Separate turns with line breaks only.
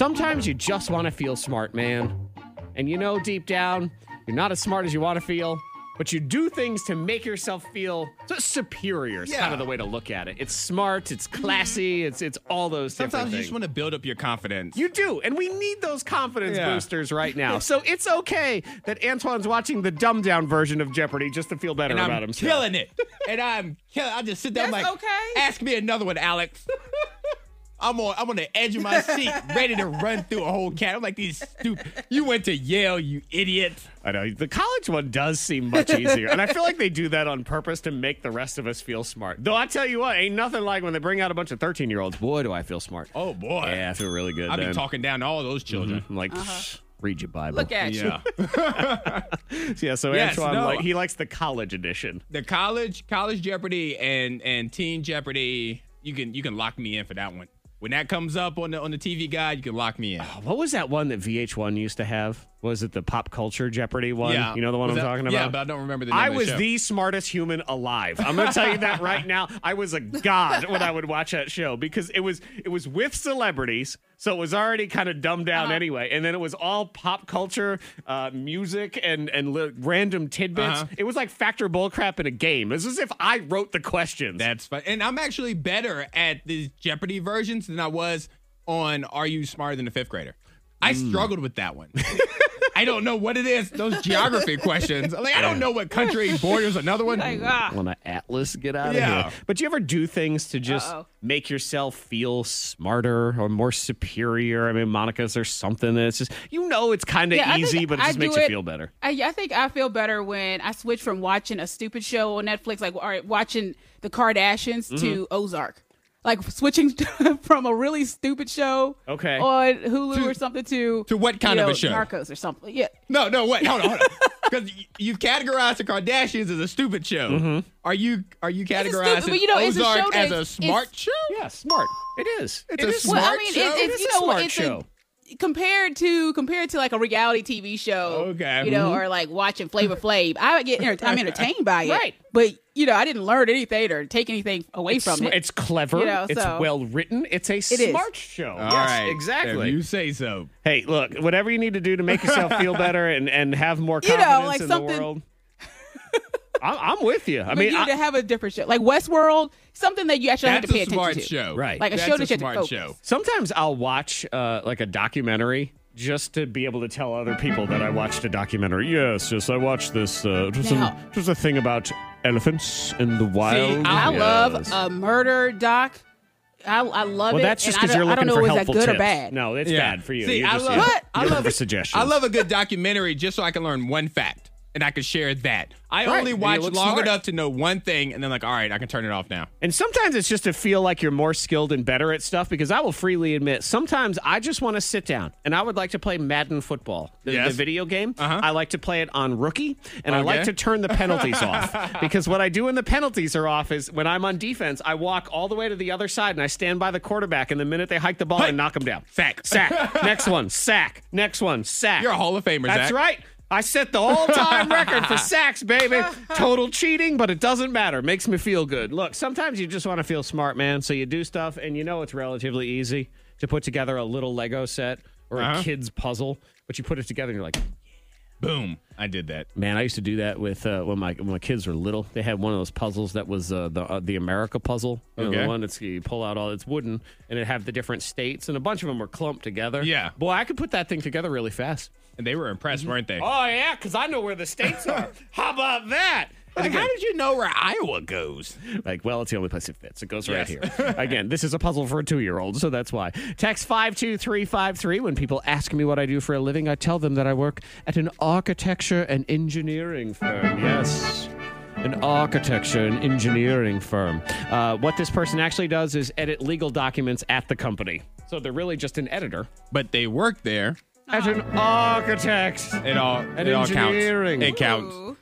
Sometimes you just want to feel smart, man. And you know deep down, you're not as smart as you want to feel, but you do things to make yourself feel so superior. It's kind
Yeah. Mm-hmm.
of the way to look at it. It's smart, it's classy, it's it's all those
Sometimes
different
you
things.
just want to build up your confidence.
You do, and we need those confidence
Yeah.
boosters right now. so it's okay that Antoine's watching the dumbed down version of Jeopardy just to feel better
and
about
I'm
himself.
killing it. And I'm killing. I just sit down
That's
like,
okay.
ask me another one, Alex. I'm on. I'm on the edge of my seat, ready to run through a whole cat. I'm like these stupid. You went to Yale, you idiot.
I know the college one does seem much easier, and I feel like they do that on purpose to make the rest of us feel smart. Though I tell you what, ain't nothing like when they bring out a bunch of thirteen-year-olds. Boy, do I feel smart!
Oh boy.
yeah, Mm-hmm. I feel really good.
I've been
then.
talking down to all those children.
I'm like, "Psh, read your Bible.
Uh-huh. Look at you.
Oh, Yeah.
yeah. So
Yes,
Antoine,
no.
like, he likes the college edition.
the college college jeopardy and and teen jeopardy you can you can lock me in for that one when that comes up on the on the tv guide you can lock me in
What was that one that VH1 used to have? Was it the pop culture Jeopardy one?
yeah
You know the one
Was
I'm
that-
talking about.
yeah but i don't remember the name
I
of
was
show.
the smartest human alive. I'm going to tell you that right now. I was a god when I would watch that show because it was it was with celebrities, so it was already kind of dumbed down anyway. And then it was all pop culture, uh, music, and and li- random tidbits.
Uh-huh.
It was like factor bullcrap in a game. It's as if I wrote the questions.
that's fine and i'm actually better at the jeopardy versions than i was on are you smarter than a fifth grader i
Mm.
struggled with that one i don't know what it is those geography questions like i don't know what country borders another one
Like, ah.
Want an atlas? Get out
Yeah.
of here. But you ever do things to just
Uh-oh.
make yourself feel smarter or more superior? I mean, Monica's or something. That's just you know it's kind of
Yeah, I think
easy, but it
I
just makes
do
you
it-
feel better.
I, I think I feel better when I switch from watching a stupid show on Netflix, like all right, watching the Kardashians to
Mm-hmm.
Ozark. Like switching from a really stupid show
Okay.
on Hulu
To-
or something to
to what kind
you
of a
know,
show?
Narcos or something. Yeah.
No, no, wait, hold on, hold on. Because you've categorized the Kardashians as a stupid show.
Mm-hmm.
Are you are you
a
categorizing
stupid- but you know, it's a
Ozark
show that
as a
it's-
smart
it's-
show?
Yeah, smart. It is.
It's
It
a
is
smart
well, I mean,
show?
It,
It
it's
is
you
a
know,
smart
it's
show.
A, compared to compared to like a reality TV show.
Okay. mm-hmm.
you know, or like watching Flavor Flav. I get enter- I'm entertained by it,
Right.
But you know, I didn't learn anything or take anything away
It's,
from
sm-
it.
it's clever.
You know,
it's
so-
well written. It's a
is.
smart show.
All
yes,
right,
exactly.
If you say so.
hey, look, whatever you need to do to make yourself feel better and, and have more
You know,
confidence
like
in
something-
the world. I'm, I'm with you. I
I
mean,
you
I-
to have a different show, like Westworld, something that you actually have
That's
to pay
a smart
attention to.
show.
Right.
Like a
That's
show that you have to
smart
focus.
show.
sometimes I'll watch uh, like a documentary just to be able to tell other people that I watched a documentary. Yes, yes, I watched this. Uh, it, was
Now-
a, it was a thing about elephants in the wild.
I
I
Yes.
love a murder doc. I, I love
Well,
it.
that's just
and I
because you're
don't- I
looking
don't know
for
if it was
helpful
that good
tips.
or bad.
No, it's
Yeah.
bad for you.
See,
You're
I
just,
love-
yeah,
What?
you're
I love
looking for suggestions.
I love a good documentary just so I can learn one fact and I can share that. I
Right,
only
and you
watch long
look smart.
enough to know one thing and then like, all right, I can turn it off now.
And sometimes it's just to feel like you're more skilled and better at stuff because I will freely admit, sometimes I just want to sit down and I would like to play Madden football, the,
Yes. Uh-huh.
the video game. I like to play it on rookie and I like
Okay.
to turn the penalties off because what I do when the penalties are off is when I'm on defense, I walk all the way to the other side and I stand by the quarterback. And the minute they hike the ball, I
Hike.
knock them down.
Sack.
Sack. Next one. Sack. Next one. Sack.
You're a Hall of Famer,
That's
Zach.
right. I set the all-time record for sacks, baby. Total cheating, but it doesn't matter. Makes me feel good. Look, sometimes you just want to feel smart, man. So you do stuff, and you know it's relatively easy to put together a little Lego set or a
Uh-huh.
kid's puzzle. But you put it together, and you're like,
Boom. I did that.
man, I used to do that with uh, when my when my kids were little. They had one of those puzzles that was uh, the uh, the America puzzle, you know, the
Okay.
one that's you pull out all it's wooden, and it have the different states, and a bunch of them were clumped together.
Yeah.
boy, I could put that thing together really fast.
And they were impressed, weren't they?
Oh yeah, because I know where the states are. How about that?
Like, how did you know where Iowa goes?
Like, well, it's the only place it fits. It goes right
Yes.
here. Again, this is a puzzle for a two-year-old, so that's why. Text five two three five three. When people ask me what I do for a living, I tell them that I work at an architecture and engineering firm. Yes. An architecture and engineering firm. Uh, what this person actually does is edit legal documents at the company. So they're really just an editor.
But they work there.
At an architect.
It all
And
it all counts.
engineering.
It counts.
Ooh.